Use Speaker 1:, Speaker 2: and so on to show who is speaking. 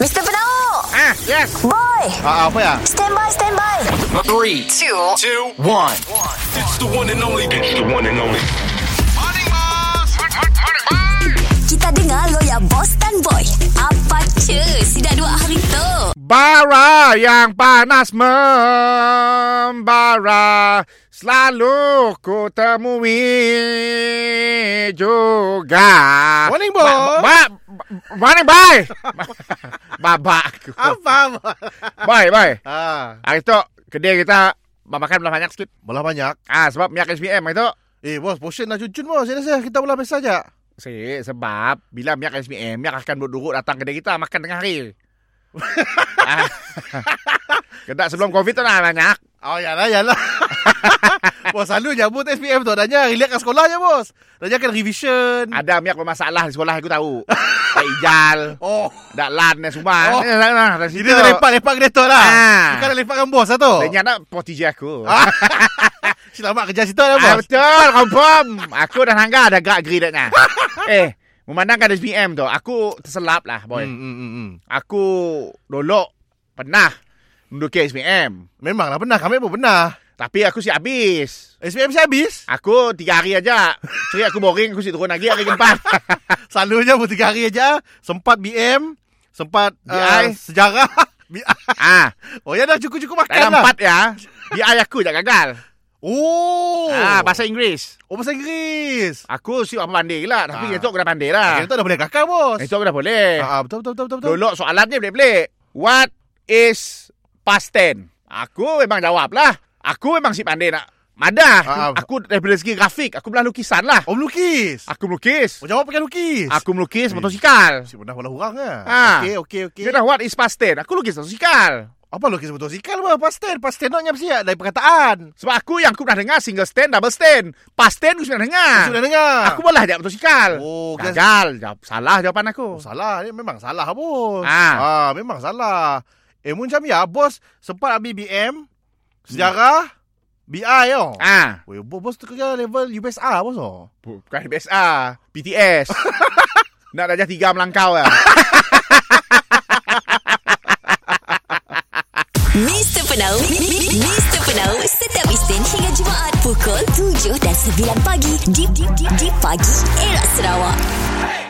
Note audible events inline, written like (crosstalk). Speaker 1: Mr. Penau
Speaker 2: Ah, yes.
Speaker 1: Boy
Speaker 2: Ah, apa ya?
Speaker 1: Stand by, stand by
Speaker 3: Three, two, two, one. It's the one and only. It's the one and only.
Speaker 1: Kita dengar lo ya boss dan boy Apa cuy Sudah dua hari tu
Speaker 2: Bara yang panas membara selalu ku temui juga.
Speaker 4: Morning, boy.
Speaker 2: Ba, ba, ba- morning, boy.
Speaker 4: (laughs)
Speaker 2: Babak. aku.
Speaker 4: Apa?
Speaker 2: Boy, boy.
Speaker 4: (laughs) ah,
Speaker 2: Hari tu kedai kita makan belah banyak sikit.
Speaker 4: bola banyak.
Speaker 2: Ah sebab minyak SPM hari tu.
Speaker 4: Eh, bos, portion dah jujun bos. Saya rasa kita bola biasa aja.
Speaker 2: Si, sebab bila minyak SPM, minyak akan duduk-duduk datang kedai kita makan tengah hari.
Speaker 4: (laughs)
Speaker 2: ah. (laughs) Kedak sebelum COVID tu dah banyak.
Speaker 4: Oh, ya lah, ya (laughs) lah. bos, selalu nyambut SPM tu. Adanya relax kat sekolah je, bos. Adanya kan revision.
Speaker 2: Hmm. Ada miak bermasalah di sekolah aku tahu. Tak ijal,
Speaker 4: Oh,
Speaker 2: tak lan dan semua.
Speaker 4: Oh.
Speaker 2: Ni lah, lah, dari
Speaker 4: jadi
Speaker 2: situ.
Speaker 4: dia lepak-lepak kereta lah.
Speaker 2: Ah.
Speaker 4: Bukan nak lepak kan bos lah tu.
Speaker 2: Dia nyata poti je aku.
Speaker 4: Ah, Selamat kerja situ lah,
Speaker 2: Ah,
Speaker 4: bos.
Speaker 2: betul, confirm. Aku dan Hangga ada gak agree datnya.
Speaker 4: (laughs)
Speaker 2: eh, memandangkan SPM tu, aku terselap lah, boy.
Speaker 4: Hmm, hmm, hmm, hmm.
Speaker 2: Aku dulu pernah menduduki SPM.
Speaker 4: Memanglah benar. Kami pun benar.
Speaker 2: Tapi aku siap habis.
Speaker 4: SPM saya habis.
Speaker 2: Aku tiga hari aja. Jadi aku boring, aku si turun lagi hari
Speaker 4: (laughs)
Speaker 2: keempat.
Speaker 4: Selalunya pun tiga hari aja. Sempat BM. Sempat
Speaker 2: BI.
Speaker 4: uh, sejarah. (laughs) BI.
Speaker 2: ah,
Speaker 4: Oh, ya dah cukup-cukup makan
Speaker 2: dalam
Speaker 4: lah.
Speaker 2: empat ya. Dia ayah aku tak gagal.
Speaker 4: Oh.
Speaker 2: Ah, bahasa Ah. Inggeris.
Speaker 4: Oh bahasa Inggeris.
Speaker 2: Aku si orang pandai lah Tapi
Speaker 4: Ah.
Speaker 2: esok aku dah pandai lah
Speaker 4: Ah. Kita dah boleh kakak bos.
Speaker 2: Esok aku dah boleh
Speaker 4: Ah, ah, betul betul betul betul. betul.
Speaker 2: Dulu soalannya pelik-pelik What is past tense? Aku memang jawab lah Aku memang si pandai nak Madah
Speaker 4: Ah, ah.
Speaker 2: Aku daripada segi grafik Aku belah lukisan lah
Speaker 4: Oh melukis.
Speaker 2: Aku melukis
Speaker 4: Oh jawab pakai lukis.
Speaker 2: Aku melukis motosikal
Speaker 4: si pernah bola orang ah.
Speaker 2: Ah.
Speaker 4: Okey okey okey.
Speaker 2: Dia dah what is past tense? Aku lukis motosikal
Speaker 4: Apa lukis motosikal bos? Pasten, pasten nak nyam siap dari perkataan.
Speaker 2: Sebab aku yang aku pernah dengar Single stand, double stand Past tense aku sudah dengar
Speaker 4: Sudah dengar.
Speaker 2: Ah. Aku bolah je motosikal
Speaker 4: Oh, kira-
Speaker 2: Gagal Jawab, Salah jawapan aku
Speaker 4: oh, salah, dia memang salah bos.
Speaker 2: Ah.
Speaker 4: ah memang salah. Eh macam ya bos sempat ambil BM sejarah BI yo.
Speaker 2: Hmm. Ah,
Speaker 4: Ah. Weh, bos, bos tu kerja level UBSA bos oh.
Speaker 2: Bukan BSA BTS Nak darjah tiga melangkau lah
Speaker 1: Mr. Penau Mr. Penau Setiap Isnin hingga Jumaat Pukul 7 dan 9 pagi Di, di, di, di pagi Era Sarawak